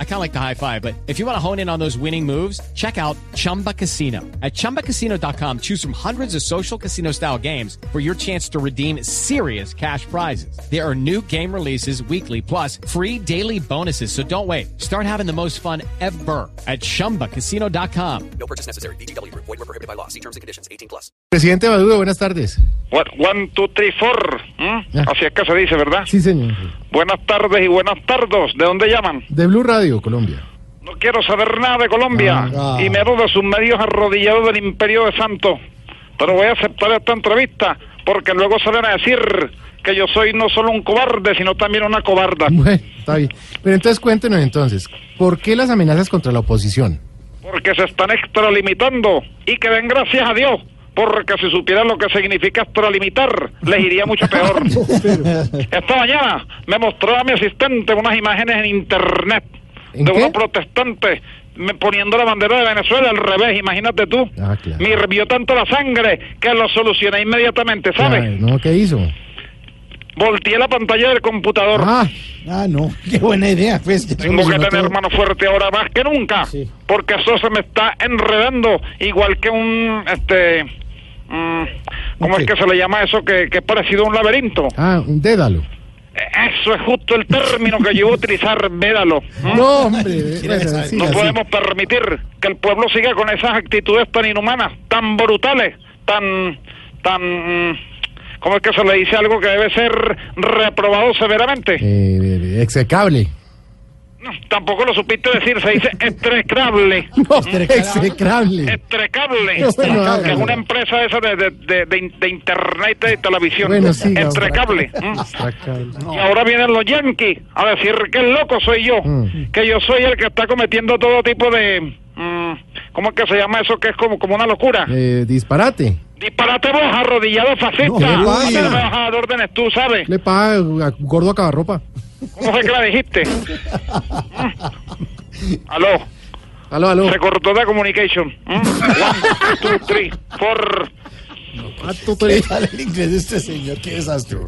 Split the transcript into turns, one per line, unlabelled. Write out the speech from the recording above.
I kind of like the high five, but if you want to hone in on those winning moves, check out Chumba Casino. At chumbacasino.com, choose from hundreds of social casino style games for your chance to redeem serious cash prizes. There are new game releases weekly, plus free daily bonuses. So don't wait. Start having the most fun ever at chumbacasino.com.
No purchase necessary. BGW. Void were prohibited by law. See terms and conditions. 18 plus.
Presidente Maduro, buenas tardes.
One, one, two, three, four. ¿m?
Ya.
Así es que se dice, ¿verdad?
Sí, señor.
Buenas tardes y buenas tardes. ¿De dónde llaman?
De Blue Radio, Colombia.
No quiero saber nada de Colombia.
Ah.
Y menos de sus medios arrodillados del Imperio de Santo. Pero voy a aceptar esta entrevista porque luego salen a decir que yo soy no solo un cobarde, sino también una cobarda.
Bueno, está bien. Pero entonces cuéntenos entonces, ¿por qué las amenazas contra la oposición?
Porque se están extralimitando. Y que den gracias a Dios. Porque si supieran lo que significa extralimitar, les iría mucho peor. Esta mañana me mostró a mi asistente unas imágenes en internet
¿En
de
qué?
unos protestantes me- poniendo la bandera de Venezuela al revés, imagínate tú.
Ah, claro.
Me hirvió tanto la sangre que lo solucioné inmediatamente, ¿sabes?
Ay, ¿No? ¿Qué hizo?
Volteé la pantalla del computador.
Ah,
Ah, no, qué buena idea, pues. que
Tengo que
solucionó
tener
todo.
mano fuerte ahora más que nunca,
Sí.
porque eso se me está enredando igual que un, este, mm, ¿cómo
Ok.
es que se le llama eso que, que es parecido a un laberinto?
ah, un dédalo. Ah.
Eso es justo el término que yo iba a utilizar, védalo. ¿m?
No, hombre.
Quiere
bueno,
saber.
sí,
No
así.
podemos permitir que el pueblo siga con esas actitudes tan inhumanas, tan brutales, tan, tan, mm, ¿cómo es que se le dice algo que debe ser reprobado severamente?
Eh, execrable.
No, Tampoco lo supiste decir, se dice estrecable,
No, execrable.
estrecable,
No, bueno,
que es
hágalo.
una em- empresa esa de, de, de- de in- de internet y de televisión,
Bueno, siga,
estrecable. ¿m?
Execrable.
Y ahora vienen los yankees a decir que el loco soy yo,
Mm.
que yo soy el que está cometiendo todo tipo de... mm, ¿Cómo es que se llama eso? Que es como, como una locura.
Eh, disparate.
Disparate vos, arrodillado fascista.
No,
No,
uy.
te vas a dar órdenes tú, ¿sabes?
Le paga a gordo a cabarropa.
¿Cómo fue que la dijiste? ¿Mm? Aló,
Aló, aló.
se cortó la communication. ¿Mm? One, two, three, four.
Ah, tú, tú eres-
Dale el inglés de este señor, qué desastre.